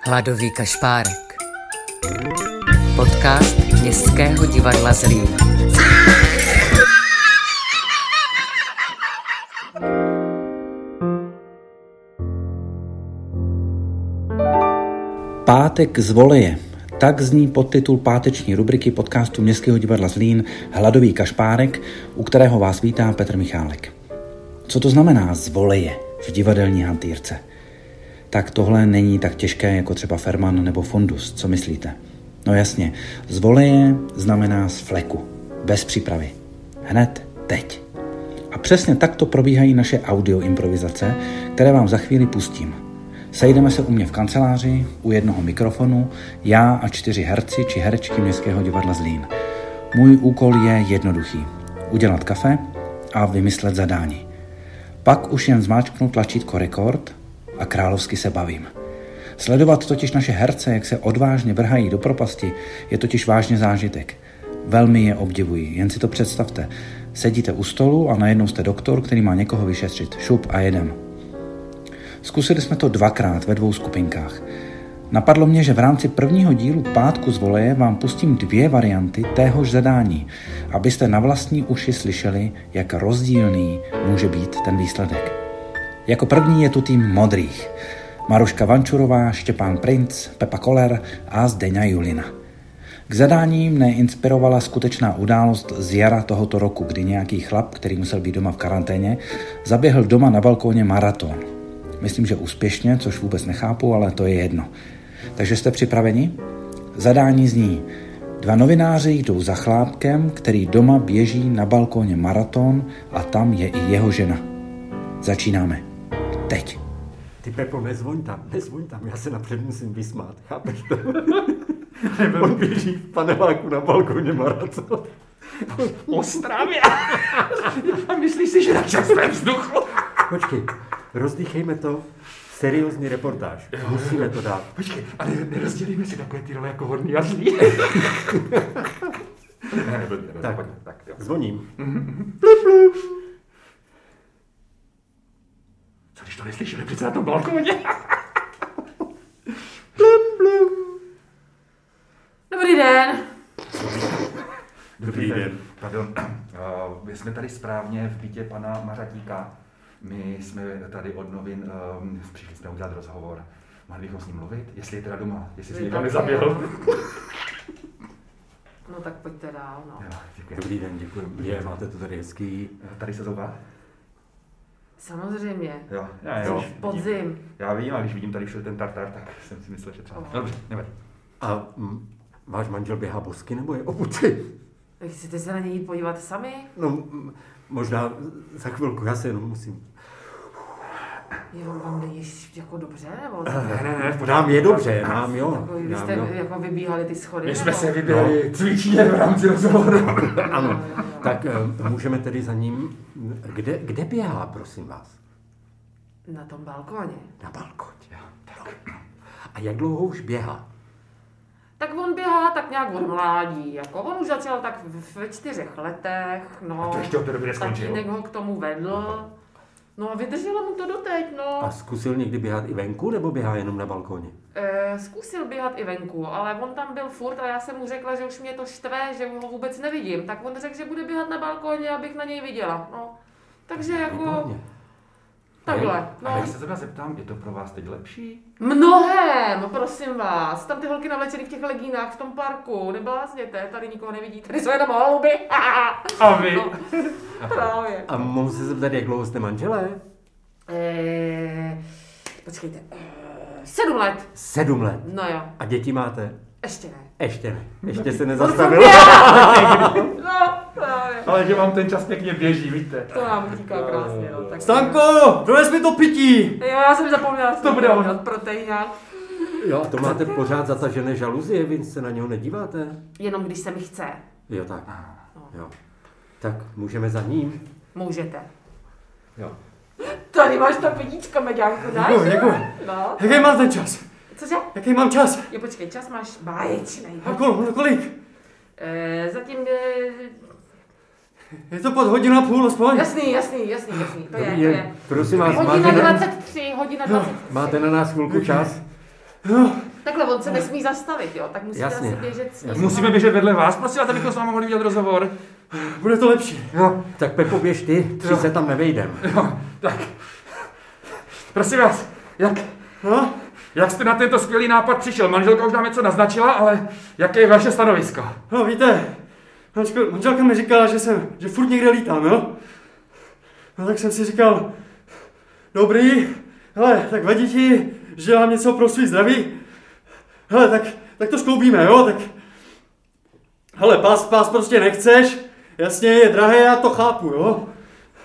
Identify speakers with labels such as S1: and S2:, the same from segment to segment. S1: Hladový kašpárek. Podcast Městského divadla Zlín.
S2: Pátek z voleje. Tak zní podtitul páteční rubriky podcastu Městského divadla Zlín Hladový kašpárek, u kterého vás vítá Petr Michálek. Co to znamená z voleje v divadelní hantýrce? Tak tohle není tak těžké jako třeba Ferman nebo Fondus, co myslíte? No jasně, z voleje znamená z fleku, bez přípravy. Hned teď. A přesně takto probíhají naše audio improvizace, které vám za chvíli pustím. Sejdeme se u mě v kanceláři, u jednoho mikrofonu, já a čtyři herci či herečky Městského divadla Zlín. Můj úkol je jednoduchý. Udělat kafe a vymyslet zadání. Pak už jen zmáčknu tlačítko rekord a královsky se bavím. Sledovat totiž naše herce, jak se odvážně vrhají do propasti, je totiž vážně zážitek. Velmi je obdivuji, jen si to představte. Sedíte u stolu a najednou jste doktor, který má někoho vyšetřit. Šup a jedem. Zkusili jsme to dvakrát ve dvou skupinkách. Napadlo mě, že v rámci prvního dílu Pátku z voleje vám pustím dvě varianty téhož zadání, abyste na vlastní uši slyšeli, jak rozdílný může být ten výsledek. Jako první je tu tým modrých. Maruška Vančurová, Štěpán Princ, Pepa Koller a Zdeňa Julina. K zadání mne inspirovala skutečná událost z jara tohoto roku, kdy nějaký chlap, který musel být doma v karanténě, zaběhl doma na balkóně maraton. Myslím, že úspěšně, což vůbec nechápu, ale to je jedno. Takže jste připraveni? Zadání zní. Dva novináři jdou za chlápkem, který doma běží na balkóně maraton a tam je i jeho žena. Začínáme. Teď.
S3: Ty Pepo, nezvoň tam, nezvoň tam, já se napřed musím vysmát, chápeš to? On běží v paneláku na balkoně maraton.
S4: Ostravě. A myslíš si, že na čerstvém vzduchu?
S3: Počkej, rozdýchejme to, seriózní reportáž, musíme to dát.
S4: Počkej, ale nerozdělíme si takové ty role jako horní a zlý. ne, nebo, nebo,
S3: Tak.
S4: tak. Pojďme, tak jo.
S3: Zvoním.
S4: Co když to neslyšeli přece na tom balkóně?
S5: Dobrý den.
S4: Dobrý
S3: den.
S4: Pardon, uh, my jsme tady správně v bytě pana Mařatíka. My jsme tady od novin, um, přišli jsme udělat rozhovor. Mohli bychom s ním mluvit, jestli je teda doma, jestli se
S5: Je
S4: někam
S5: tak,
S4: nezaběhl.
S5: No tak pojďte dál, no.
S4: Jo, děkuji. Eh,
S3: Dobrý den, děkuji. Je, máte to tady hezký.
S4: Tady se zouvá?
S5: Samozřejmě.
S4: Jo.
S3: Já
S5: Jsi
S3: jo.
S5: v podzim.
S4: Já vím, a když vidím tady všude ten tartar, tak jsem si myslel, že třeba.
S5: Oh.
S4: Dobře, nevadí.
S3: A mm, váš manžel běhá bosky nebo je obuty?
S5: Tak Chcete se na něj jít podívat sami?
S3: No, mm, možná za chvilku, já se jenom musím.
S5: Jo, vám jde již jako dobře, nebo?
S4: Eh,
S5: Ne,
S3: Ne, ne, nám je dobře, nám jo.
S5: Takový, vy
S3: Nám
S5: jste
S3: jo.
S5: jako vybíhali ty schody,
S4: My
S5: nebo?
S4: jsme se vybrali no. cvičně v rámci rozhovoru.
S3: Ano, tak eh, můžeme tedy za ním. Kde, kde běhá, prosím vás?
S5: Na tom balkóně.
S3: Na balkoně. Tak. A jak dlouho už běhá?
S5: Tak on běhá tak nějak od mládí, jako on už začal tak v- ve čtyřech letech, no.
S4: A to ještě od té doby neskončil.
S5: Tatínek ho k tomu vedl. No a vydrželo mu to doteď, no.
S3: A zkusil někdy běhat i venku, nebo běhá jenom na balkoně?
S5: Eh, zkusil běhat i venku, ale on tam byl furt a já jsem mu řekla, že už mě to štve, že ho vůbec nevidím. Tak on řekl, že bude běhat na balkóně, abych na něj viděla. No. Takže jako
S3: Výborně.
S5: takhle.
S4: A
S5: No.
S4: já se zrovna zeptám, je to pro vás teď lepší?
S5: Mnohem, prosím vás. Tam ty holky navlečeny v těch legínách v tom parku. Neblázněte, tady nikoho nevidíte. Tady jsou jenom holuby.
S4: A vy?
S5: No, právě.
S3: A mohu se zeptat, jak dlouho jste manželé?
S5: Eh, počkejte. Eh, sedm let.
S3: Sedm let.
S5: No jo,
S3: A děti máte?
S5: ještě ne.
S3: Ještě ne. Ještě se
S5: On furt
S3: nezastavilo.
S5: běhá. No, právě.
S4: Ale že vám ten čas pěkně běží, víte.
S5: To nám utíká krásně, no. Tak
S3: Stanko, dones mi to pití!
S5: Jo, já jsem zapomněla, že
S4: To bude ono.
S5: Proteinak.
S3: Jo, a to máte pořád zatažené žaluzie, vy se na něho nedíváte?
S5: Jenom když se mi chce.
S3: Jo, tak. Jo. Tak můžeme za ním.
S5: Můžete.
S3: Jo.
S5: Tady máš ta pedíčka, Meďánku, dáš?
S6: Děkuju, děkuju.
S5: No.
S6: Jaký mám ten čas?
S5: Cože?
S6: Jaký mám čas?
S5: Jo, počkej, čas máš báječný.
S3: Jako,
S6: A
S3: no,
S6: kol, kolik?
S5: E, zatím je...
S6: Je to pod hodinu a půl aspoň?
S5: Jasný, jasný, jasný, jasný. To je,
S3: Dobrý
S5: to je.
S3: den. Prosím vás,
S5: Hodina
S3: máte na,
S5: 23, hodina
S6: Jo,
S5: 23.
S3: máte na nás chvilku čas?
S6: No,
S5: Takhle on se nesmí zastavit, jo, tak musíte
S7: Jasně.
S5: asi běžet s ním.
S4: Musíme běžet vedle vás, prosím vás, abychom s vámi mohli udělat rozhovor.
S3: Bude to lepší.
S4: Jo,
S7: Tak Pepo, běž ty, tři se tam nevejdem.
S4: jo, tak. Prosím vás, jak,
S3: No,
S4: jak jste na tento skvělý nápad přišel? Manželka už nám něco naznačila, ale jaké je vaše stanovisko?
S3: no víte, Hančko, manželka mi říkala, že jsem, že furt někde lítám, jo? No tak jsem si říkal, dobrý, hele, tak vadí ti, že dělám něco pro svý zdraví? Hele, tak, tak to skloubíme, jo? Tak, hele, pás, pás prostě nechceš, jasně, je drahé, já to chápu, jo?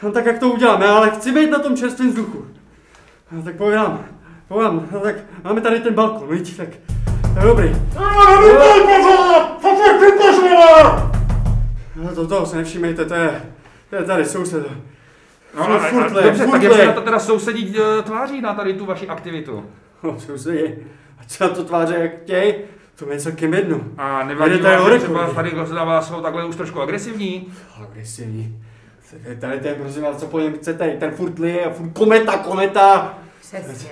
S3: No tak jak to uděláme, ale chci být na tom čerstvém vzduchu. No tak povědám, povědám, no tak máme tady ten balkon, vidíš, tak, tak dobrý. No to, toho se nevšímejte, to je, to je tady soused. No,
S4: ale-
S3: furt
S4: ale-
S3: lej,
S4: dobře,
S3: furt
S4: tak jak se
S3: lej.
S4: na to teda sousedí eh, tváří na tady tu vaši aktivitu?
S3: No, sousedi, ať se na to tváře jak chtěj, to mi je celkem jedno.
S4: A nevadí
S3: Jde tady
S4: vám,
S3: o
S4: že
S3: rekordy.
S4: třeba tady kdo se na vás jsou takhle už trošku agresivní?
S3: Agresivní. Tady- Tady ten, prosím vás, co po něm chcete, ten furt lije, a furt kometa, kometa.
S5: Přesně.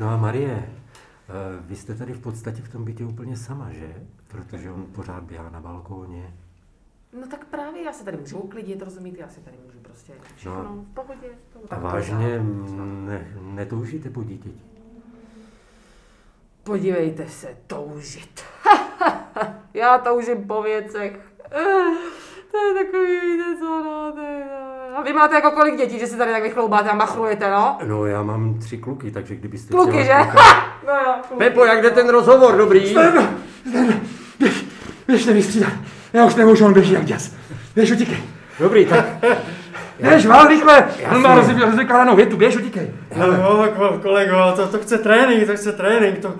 S7: No a Marie, eh, vy jste tady v podstatě v tom bytě úplně sama, že? Protože on pořád běhá na balkóně.
S5: No tak právě já se tady můžu uklidit, rozumíte, já se tady můžu prostě všechno
S7: No.
S5: v pohodě. to
S7: A
S5: tak
S7: vážně
S5: pořád.
S7: m, ne, netoužíte po dítěti?
S5: Podívejte se, toužit. já toužím po věcech. To je takový, víte co, no, to je, no. A vy máte jako kolik dětí, že se tady tak vychloubáte a machrujete, no?
S7: No já mám tři kluky, takže kdybyste
S5: Kluky, že?
S7: chtěla
S5: no jo, kluky.
S7: Pepo, jak jde ten rozhovor, dobrý?
S4: Běžte vystřídat, já už nemůžu, on běží jak děs. Běž, utíkej.
S7: Dobrý, tak
S4: Běž, vál, rychle. On má rozvy- rozvykládanou větu, běž, utíkej.
S3: No jo, ko- kolego, to, to chce trénink, to chce trénink, to,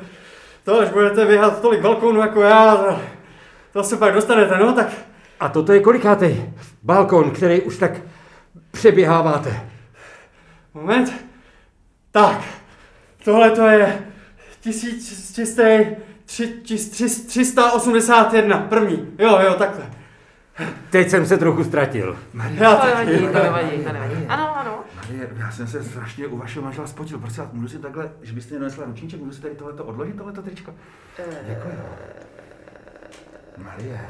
S3: to až budete běhat tolik balkónu jako já, to, to se pak dostanete, no tak
S7: a toto je kolikátej balkon, který už tak přeběháváte.
S3: Moment. Tak, tohle to je 1381, první. Jo, jo, takhle.
S7: Teď jsem se trochu ztratil.
S3: Já
S5: To
S3: taky.
S5: nevadí, to nevadí, to nevadí. Ano, ano.
S4: Marie, já jsem se strašně u vašeho manžela spotil. Prosím vás, můžu si takhle, že byste mě donesla ručníček, můžu si tady tohleto odložit, tohleto tričko? Děkuji. Marie.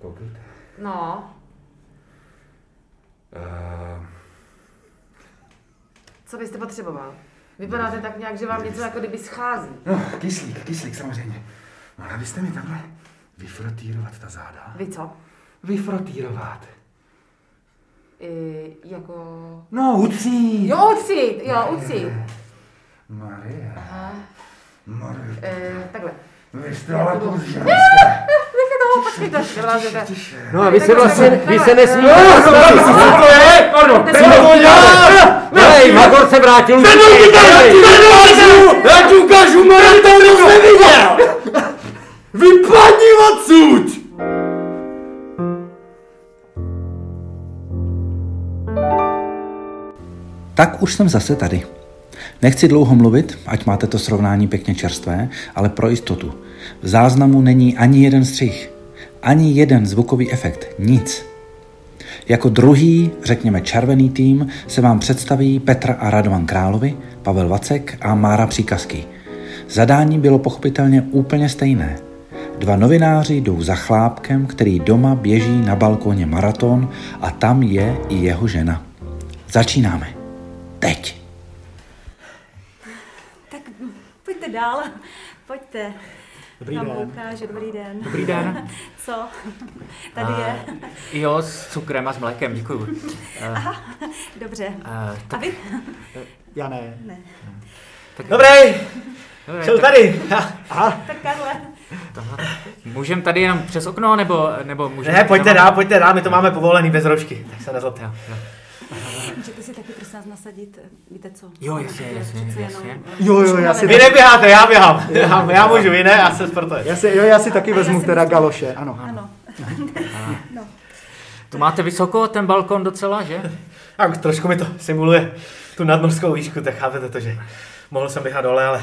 S4: Koukejte.
S5: No,
S4: Uh,
S5: co byste potřeboval? Vypadáte tak nějak, že vám něco jako kdyby schází.
S4: no, kyslík, kyslík samozřejmě. No, Mohla byste mi takhle vyfrotírovat ta záda?
S5: Vy co?
S4: Vyfrotírovat.
S5: I, jako...
S4: No, ucí.
S5: Jo, ucít, jo, ucít.
S4: Eh. Marie. Marie.
S5: E, takhle.
S4: Vy jste ale kus ženská.
S5: Nechte toho, počkejte, vylázete.
S4: Tiše.
S7: No a vy se vlastně, vy se nesmíte.
S5: Takhle,
S4: Co to je? Pardon.
S5: Ten- Ten-
S4: to dělá?
S7: Hej, Magor se vrátil.
S4: Já ti ukážu Marie, to neviděl! Vypadni odsud!
S2: Tak už jsem zase tady. Nechci dlouho mluvit, ať máte to srovnání pěkně čerstvé, ale pro jistotu. V záznamu není ani jeden střih, ani jeden zvukový efekt, nic. Jako druhý, řekněme červený tým, se vám představí Petr a Radovan Královi, Pavel Vacek a Mára Příkazky. Zadání bylo pochopitelně úplně stejné. Dva novináři jdou za chlápkem, který doma běží na balkóně maraton a tam je i jeho žena. Začínáme. Teď.
S8: Tak pojďte dál, pojďte. Dobrý Vám den. Ukáže. Dobrý den. Dobrý den. Co? Tady je.
S9: Jo, s cukrem a s mlékem, děkuju.
S8: Dobře.
S9: Uh,
S8: A vy?
S9: já ne.
S8: Ne.
S9: Dobrý, jsem tady.
S8: Tak Karle.
S9: Můžem tady jenom přes okno, nebo, nebo můžeme...
S10: Ne, pojďte dál, pojďte dál, my to máme povolený bez rožky, tak se nezlobte.
S9: Jo, jo.
S8: Můžete si taky prosím vás nasadit, víte co? Jako,
S9: Jo, jasně, jasně,
S8: Přece
S9: jasně.
S8: jenom, eh,
S10: Jo, jo, já si,
S8: Vy
S10: vy neběháte, já běhám. Já, já můžu, vy ne, já se sportuje.
S11: Já si, jo, já si taky
S8: A já
S11: vezmu
S8: si
S11: teda
S8: myslím-
S11: galoše, ano.
S8: Ano. No.
S9: To máte vysoko, ten balkon docela, že?
S10: A trošku mi to simuluje tu nadmorskou výšku, tak chápete to, že mohl jsem běhat dole, ale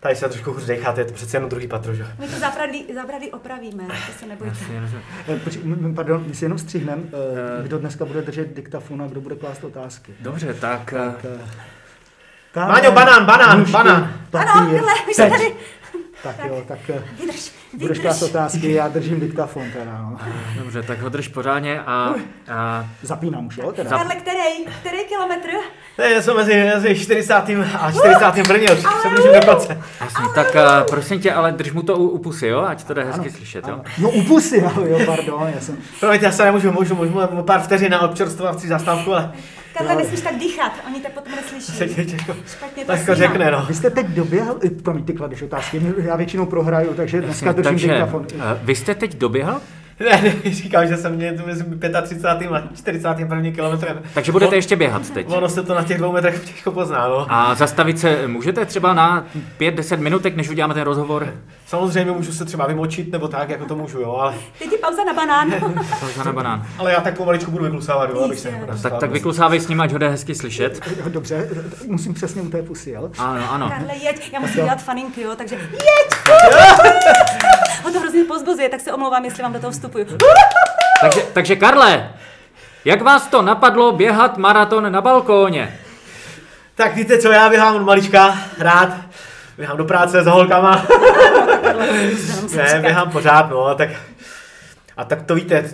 S10: tady se trošku hůř decháte, je to přece jenom druhý patro, že? jo?
S8: My to zabrady, zabrady opravíme, to se nebojte.
S9: Jasně, rozumím.
S11: Eh, Počkej, m- m- pardon, my si jenom střihnem, eh, kdo dneska bude držet diktafon a kdo bude klást otázky.
S9: Dobře, tak... eh,
S11: Tak, eh,
S3: Tam
S12: Máňo,
S3: je
S12: banán, banán,
S3: nůžky,
S12: banán.
S3: papír.
S8: Ano, hele, už
S3: Teď.
S8: jsem tady.
S3: Tak jo, tak eh,
S8: Vydrž,
S3: budeš
S8: vydrž.
S3: klást otázky, já držím diktafon teda, no.
S9: Dobře, tak ho drž pořádně a, a
S3: Zapínám už, jo, teda.
S8: Karle, který? Který kilometr? Uh!
S12: To je něco mezi, mezi 40. a 41. Už se blížím do konce.
S9: jasný, tak a, prosím tě, ale drž mu to u, u pusy, jo? Ať to jde hezky slyšet, jo?
S3: Ano. No upusy, ale jo, pardon, já jsem...
S12: Promiňte, já se nemůžu, můžu, můžu, o No, pár vteřin na občerstvovací zastávku, ale
S8: Karle, nesmíš tak dýchat, oni tě potom neslyší.
S12: se tě těžko,
S8: Špatně to
S12: těžko
S8: snímám.
S12: řekne, no.
S3: Vy jste teď doběhl, i promiň, ty kladeš otázky, já většinou prohraju, takže dneska držím
S9: Takže,
S3: diktafon.
S9: a, vy jste teď doběhl?
S12: Ne, ne, říkám, že jsem mě mezi 35. a 41. kilometrem.
S9: Takže budete ještě běhat teď.
S12: Ono se to na těch dvou metrech těžko pozná, no.
S9: A zastavit se můžete třeba na 5-10 minutek, než uděláme ten rozhovor?
S12: Samozřejmě můžu se třeba vymočit, nebo tak, jako to můžu, jo, ale,
S8: Teď je pauza na banán.
S9: Pauza na banán.
S12: ale já tak pomaličku budu vyklusávat, jo, abych se
S9: Tak, tak vyklusávej s ním, ať ho jde hezky slyšet.
S3: Jo, Dobře, musím přesně u té pusy, jo?
S9: Ano, ano.
S8: Karle, jeď, já musím dělat faninky, jo, takže jeď! Ho to hrozně pozbuzuje, tak se omlouvám, jestli vám do toho vstupuju.
S9: Takže, takže Karle, jak vás to napadlo běhat maraton na balkóně?
S12: Tak víte co, já běhám od malička, rád, běhám do práce za holkama. ne, běhám pořád, no, tak... A tak to víte,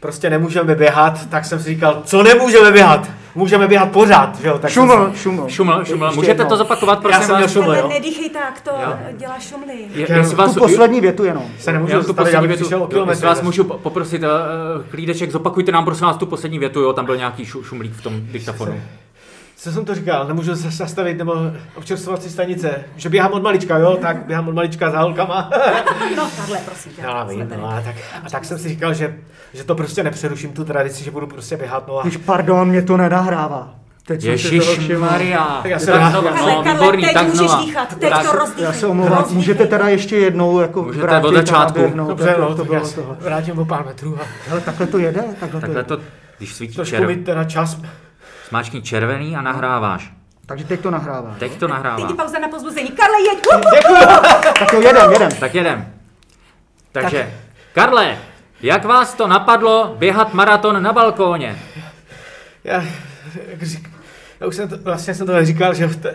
S12: prostě nemůžeme běhat, tak jsem si říkal, co nemůžeme běhat? Můžeme běhat pořád, že jo? Tak jsem
S3: Šuml, šuml.
S9: Šuml, šuml,
S3: Ještě
S9: můžete
S3: jednou.
S9: to zopakovat, prosím
S12: Já jsem měl
S9: vás?
S12: šuml,
S8: Karle,
S12: jo?
S8: nedýchej tak, to dělá šumly.
S9: Je- jestli vás,
S3: Tu poslední větu jenom.
S12: Se
S9: já
S12: nemůžu
S9: tu
S12: zastavit, já
S9: poslední
S12: bych
S9: větu,
S12: přišel o
S9: jo, jestli
S12: kilometr.
S9: vás můžu po- poprosit, uh, klídeček, zopakujte nám prosím vás tu poslední větu, jo, tam byl nějaký šu, šumlík v tom diktafonu.
S12: Co jsem to říkal, nemůžu se zastavit, nebo občerstvovací stanice, že běhám od malička, jo? Tak běhám od malička za holkama.
S8: No, Karle, prosím tě.
S12: Já vím, no, a tak, a tak jsem si říkal, že, že to prostě nepřeruším tu tradici, že budu prostě běhat, no a...
S3: Když pardon, mě to nenahrává. Teď jsem si toho
S9: Ježíš
S3: všiml.
S9: Maria.
S12: Tak já se
S9: Tak
S12: vrátím.
S9: znova,
S8: Karle,
S9: no,
S8: Karle,
S9: výborný,
S8: teď
S9: tak
S8: můžeš
S9: znova.
S8: dýchat, teď
S9: Tak,
S8: to rozdýchej.
S3: no. Já se omlouvám, můžete teda ještě jednou jako
S9: Můžete
S3: vrátit a
S9: od začátku.
S3: naběhnout,
S12: Dobře,
S3: tak
S12: no,
S3: to
S12: tak já
S3: bylo
S12: se
S3: toho.
S12: vrátím o pár metrů a
S3: Hele, takhle to jede, takhle, to
S9: Takhle
S3: jede.
S9: to, když svítí
S12: trošku mi
S9: červený,
S12: teda čas...
S9: smáčkni červený a nahráváš.
S3: Takže teď to nahrává.
S9: Teď to
S8: Teď je
S9: nahrává.
S8: pauza na pozbuzení. Karle, jeď!
S3: Tak jo, jedem, jedem.
S9: Tak jedem. Takže, Karle, jak vás to napadlo běhat maraton na balkóně?
S12: Já, jak řík, já už jsem to, vlastně jsem to neříkal, že... Te,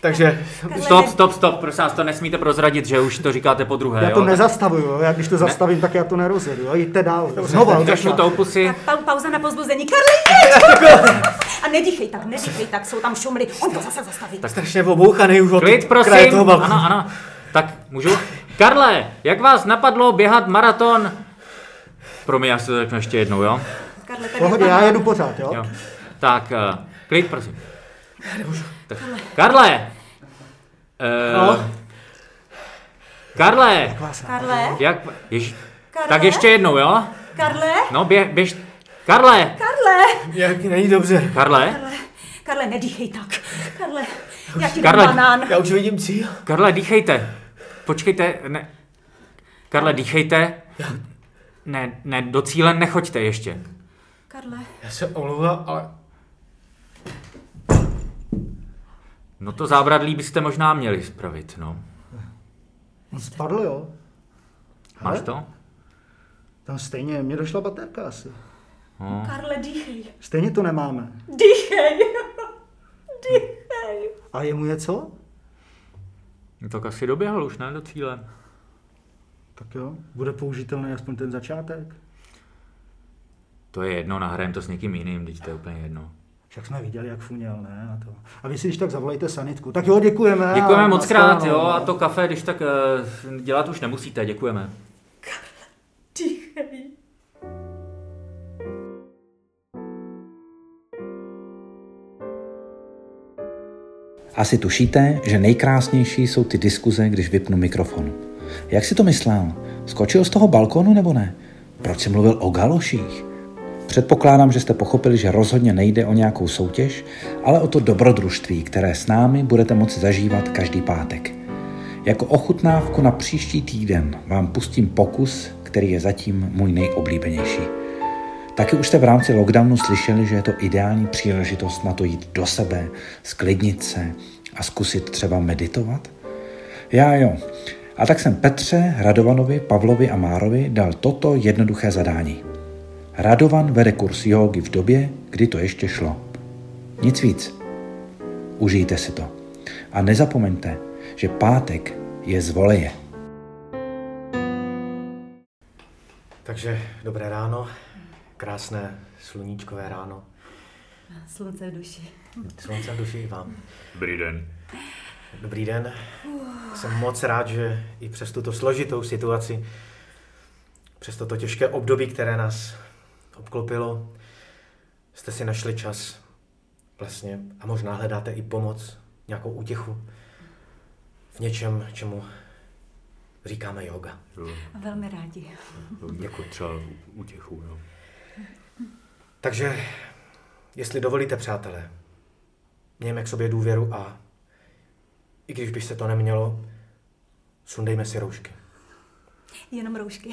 S12: takže...
S8: Karle,
S9: Stop,
S8: ne-
S9: stop, stop, prosím vás, to nesmíte prozradit, že už to říkáte po druhé,
S3: Já
S9: jo?
S3: to
S9: Tak
S3: nezastavuju, jo, já když to zastavím, tak já to nerozjedu, jo, jděte dál. Znova, od
S9: Drž mu to u
S3: začátku.
S9: pusy.
S8: Tak pau- pauza na pozbuzení. Karle,
S3: Jako-
S8: jeď! A nedýchej tak, nedýchej tak, jsou tam šumly. On to zase zastaví.
S9: Tak
S12: Strašně obouchaný už od
S9: Klid,
S12: kraje
S9: prosím.
S12: toho balkonu.
S9: Ano, ano. Tak můžu? Karle, jak vás napadlo běhat maraton? Promiň, já si to řeknu ještě jednou, jo?
S8: Karle, tady
S3: Pohodě,
S8: je
S3: já
S8: banán.
S3: jedu pořád, jo.
S9: jo. Tak, eh, klid, prosím. Tak. Karle! Eh,
S12: No.
S9: Karle!
S8: Karle,
S9: Jak... Jež...
S8: Karle?
S9: Tak ještě jednou, jo?
S8: Karle,
S9: No, bě, běž... Karle!
S8: Karle.
S12: Jak není dobře.
S9: Karle?
S8: Karle, nedýchej tak. Karle, já ti
S9: Karle.
S8: dám banán.
S12: Já už vidím cíl.
S9: Karle, dýchejte. Počkejte, ne... Karle, dýchejte. Ne, ne, do cíle nechoďte ještě.
S8: Karle,
S12: Já se omlouvám, ale...
S9: No to zábradlí byste možná měli spravit, no.
S3: On spadl, jo.
S9: Máš to?
S3: Tam stejně, mě došla baterka asi.
S8: Karle, dýchej.
S3: Stejně to nemáme.
S8: Dýchej. Dýchej.
S3: A jemu je co?
S9: No Tak asi doběhl už, ne, do cíle.
S3: Tak jo, bude použitelný aspoň ten začátek.
S9: To je jedno, nahrajeme to s někým jiným, teď to je úplně jedno.
S3: Však jsme viděli, jak funěl, ne? A, to. a vy si když tak zavolejte sanitku. Tak jo, děkujeme.
S9: Děkujeme
S3: A
S9: moc krát,
S3: nashledanou.
S9: jo, a to kafe, když tak eh, dělat už nemusíte, děkujeme.
S8: Dýchej.
S2: Asi tušíte, že nejkrásnější jsou ty diskuze, když vypnu mikrofon. Jak si to myslel? Skočil z toho balkonu nebo ne? Proč si mluvil o galoších? Předpokládám, že jste pochopili, že rozhodně nejde o nějakou soutěž, ale o to dobrodružství, které s námi budete moci zažívat každý pátek. Jako ochutnávku na příští týden vám pustím pokus, který je zatím můj nejoblíbenější. Taky už jste v rámci lockdownu slyšeli, že je to ideální příležitost na to jít do sebe, sklidnit se a zkusit třeba meditovat? Já jo. A tak jsem Petře, Radovanovi, Pavlovi a Márovi dal toto jednoduché zadání. Radovan vede kurz jógy v době, kdy to ještě šlo. Nic víc. užijte si to. A nezapomeňte, že pátek je z voleje.
S12: Takže dobré ráno, krásné sluníčkové ráno.
S8: Slunce v duši.
S12: Slunce v duši i vám.
S13: Dobrý den.
S12: Dobrý den. Jsem moc rád, že i přes tuto složitou situaci, přes toto těžké období, které nás obklopilo, jste si našli čas vlastně a možná hledáte i pomoc, nějakou útěchu v něčem, čemu říkáme yoga.
S8: Velmi rádi.
S13: Jako třeba útěchu, jo.
S12: Takže, jestli dovolíte, přátelé, mějme k sobě důvěru a i když by se to nemělo, sundejme si roušky.
S8: Jenom roušky.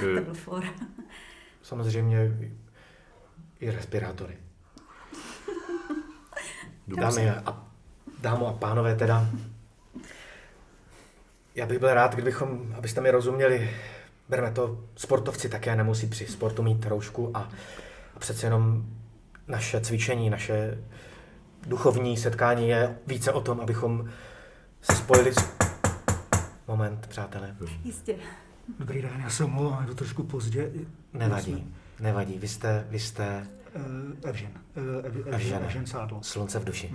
S8: to
S12: Eh.
S8: byl for.
S12: Samozřejmě i- i respirátory. Dámy a, dámo a pánové teda, já bych byl rád, kdybychom, abyste mi rozuměli, berme to, sportovci také nemusí při sportu mít roušku a, a přece jenom naše cvičení, naše duchovní setkání je více o tom, abychom se spojili s... Moment, přátelé.
S8: Jistě.
S3: Dobrý den, já se omlouvám, je to trošku pozdě.
S12: Nevadí, nevadí. Vy jste, vy jste
S3: Uh, Evžen. Uh, Evžen,
S12: Evžene.
S3: Evžen Sádlo. Mhm.
S12: Slunce v duši.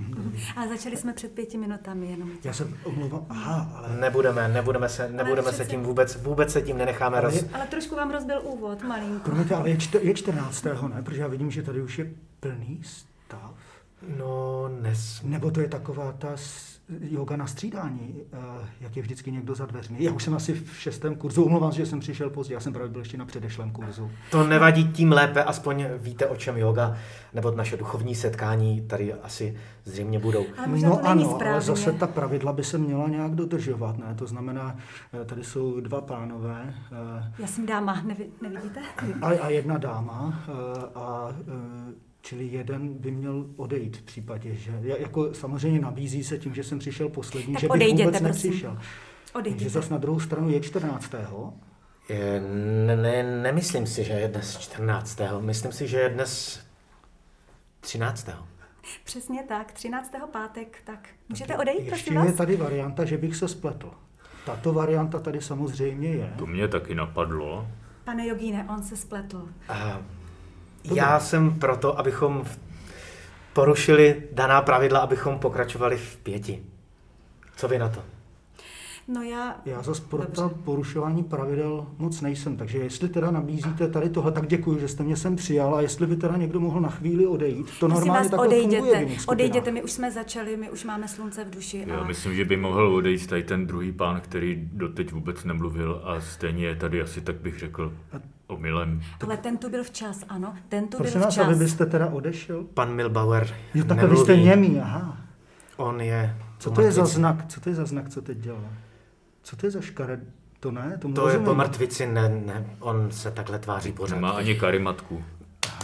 S8: A začali jsme před pěti minutami jenom.
S3: Já se omlouvám. Aha, ale...
S12: Nebudeme, nebudeme se, nebudeme se
S8: přece-
S12: tím vůbec, vůbec se tím nenecháme roz...
S8: Ale trošku vám rozbil úvod, malinko.
S3: Promiňte, ale je, čte, je 14. ne? Protože já vidím, že tady už je plný stav.
S12: No, nes...
S3: Nebo to je taková ta s- yoga na střídání, eh, jak je vždycky někdo za dveřmi. Já už jsem asi v šestém kurzu, omlouvám se, že jsem přišel pozdě, já jsem právě byl ještě na předešlém kurzu.
S12: To nevadí, tím lépe, aspoň víte, o čem yoga, nebo naše duchovní setkání tady asi zřejmě budou.
S3: no ano, ale zase ta pravidla by se měla nějak dodržovat, ne? To znamená, eh, tady jsou dva pánové, eh,
S8: Já jsem dáma, nevi, nevidíte?
S3: A, a jedna dáma, eh, a, eh, čili jeden by měl odejít v případě, že ja- jako samozřejmě nabízí se tím, že jsem přišel poslední,
S8: Tak
S3: že bych
S8: odejděte,
S3: vůbec
S8: prosím.
S3: nepřišel.
S8: Odejděte.
S3: Že zas na druhou stranu je 14.
S12: Je, ne, ne, nemyslím si, že je dnes 14. Myslím si, že je dnes 13.
S8: Přesně tak, 13. pátek, tak můžete odejít,
S3: Ještě
S8: prosím
S3: je
S8: vás?
S3: tady varianta, že bych se spletl. Tato varianta tady samozřejmě je.
S13: To mě taky napadlo.
S8: Pane Jogíne, on se spletl.
S12: A já jsem proto, abychom v- porušili daná pravidla, abychom pokračovali v pěti. Co vy na to?
S8: No já...
S3: Já zas pro ta porušování pravidel moc nejsem, takže jestli teda nabízíte tady tohle, tak děkuji, že jste mě sem přijal a jestli by teda někdo mohl na chvíli odejít, to
S8: Prosím
S3: normálně
S8: vás,
S3: takhle funguje v
S8: odejděte,
S3: jiných skupinách.
S8: odejděte, my už jsme začali, my už máme slunce v duši.
S13: Já
S8: a...
S13: myslím, že by mohl odejít tady ten druhý pán, který doteď vůbec nemluvil a stejně je tady asi, tak bych řekl, omylem.
S8: Ale ten tu byl včas, ano, ten tu
S3: Prosím
S8: byl
S3: vás,
S8: včas.
S3: a vy byste teda odešel?
S12: Pan Milbauer
S3: Jo, takhle vy jste
S12: nemluví.
S3: němý, aha.
S12: On je...
S3: Co
S12: po
S3: to je za
S12: mrtvici.
S3: znak? Co to je za znak, co teď dělá? Co to je za škared? To ne? Tomu
S12: To je
S3: rozumím.
S12: po mrtvici, ne, ne, on se takhle tváří pořád.
S13: Nemá ani karimatku.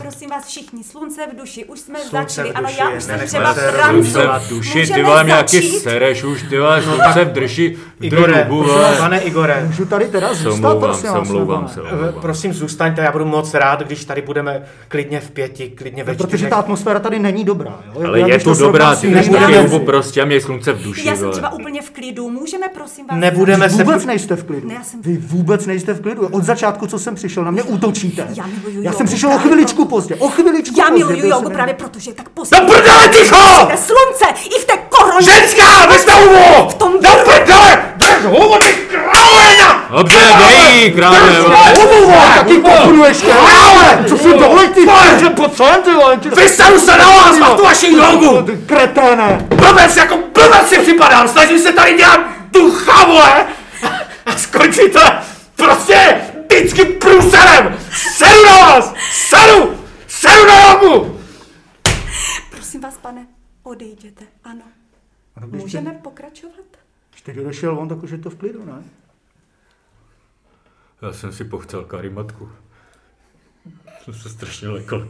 S8: Prosím vás všichni, slunce v duši, už jsme
S12: Slunce
S8: začali,
S12: v
S8: ale
S12: duši,
S8: já už jsem
S12: nenechme
S8: třeba
S12: se
S8: francu.
S13: Slunce v duši, ty
S8: Můžeme
S13: vole, mě jaký
S8: začít?
S13: sereš už, ty vole, slunce v drži, v
S12: Igore,
S13: druhu,
S12: prosím,
S13: vole.
S12: pane Igore,
S3: Můžu tady teda
S13: Se
S3: zůstat,
S13: omlouvám,
S3: prosím
S13: se
S3: vás, no,
S13: omlouvám,
S3: nebo
S13: se
S3: ne?
S12: eh,
S13: omlouvám.
S12: prosím zůstaňte, já budu moc rád, když tady budeme klidně v pěti, klidně ve
S3: No, Protože
S12: čtyřech.
S3: ta atmosféra tady není dobrá, jo?
S13: Ale
S3: Já
S13: je
S3: bych
S13: to dobrá,
S3: srovnal s
S13: ty
S3: jinými
S13: nebudeš
S3: věcmi.
S13: hlubu prostě a měj slunce v duši,
S8: Já jsem třeba
S13: vole.
S8: úplně v klidu, můžeme prosím vás...
S12: Nebudeme se...
S3: Vůbec nejste v klidu.
S8: Ne, já jsem-
S3: Vy vůbec nejste v klidu. Od začátku, co jsem přišel, na mě útočíte.
S8: Já miluju
S3: Já
S8: jogu,
S3: jsem přišel o
S8: právě
S3: chviličku
S8: proto.
S3: pozdě. O chviličku
S8: Já
S3: pozdě,
S8: miluju
S3: byl jsem
S8: jogu
S3: jen-
S8: právě protože je tak pozdě.
S13: prdele, ticho!
S8: Slunce i v té koroně!
S13: Ženská, vy jste uvo!
S8: V tom-
S13: Do prdele, drž hubu, ty královina! Dobře, dej, krále, vole.
S3: Omlouvám, taky kopnu ještě. Ale, co si tohle ty? Že po co jen ty vole? ty-
S13: Vyseru se na vás, na tu vaši jogu!
S3: Ty Kreténe!
S13: Blbec, jako blbec si připadám, snažím se tady dělat ducha, vole! A skončí to prostě vždycky průserem! Seru na vás! Seru! Seru na jogu!
S8: Prosím vás, pane, odejděte, ano.
S3: A tak když
S8: Můžeme pokračovat?
S3: Když teď odešel on, tak už je to v klidu, ne?
S13: Já jsem si pochcel karimatku. Jsem se strašně lekl.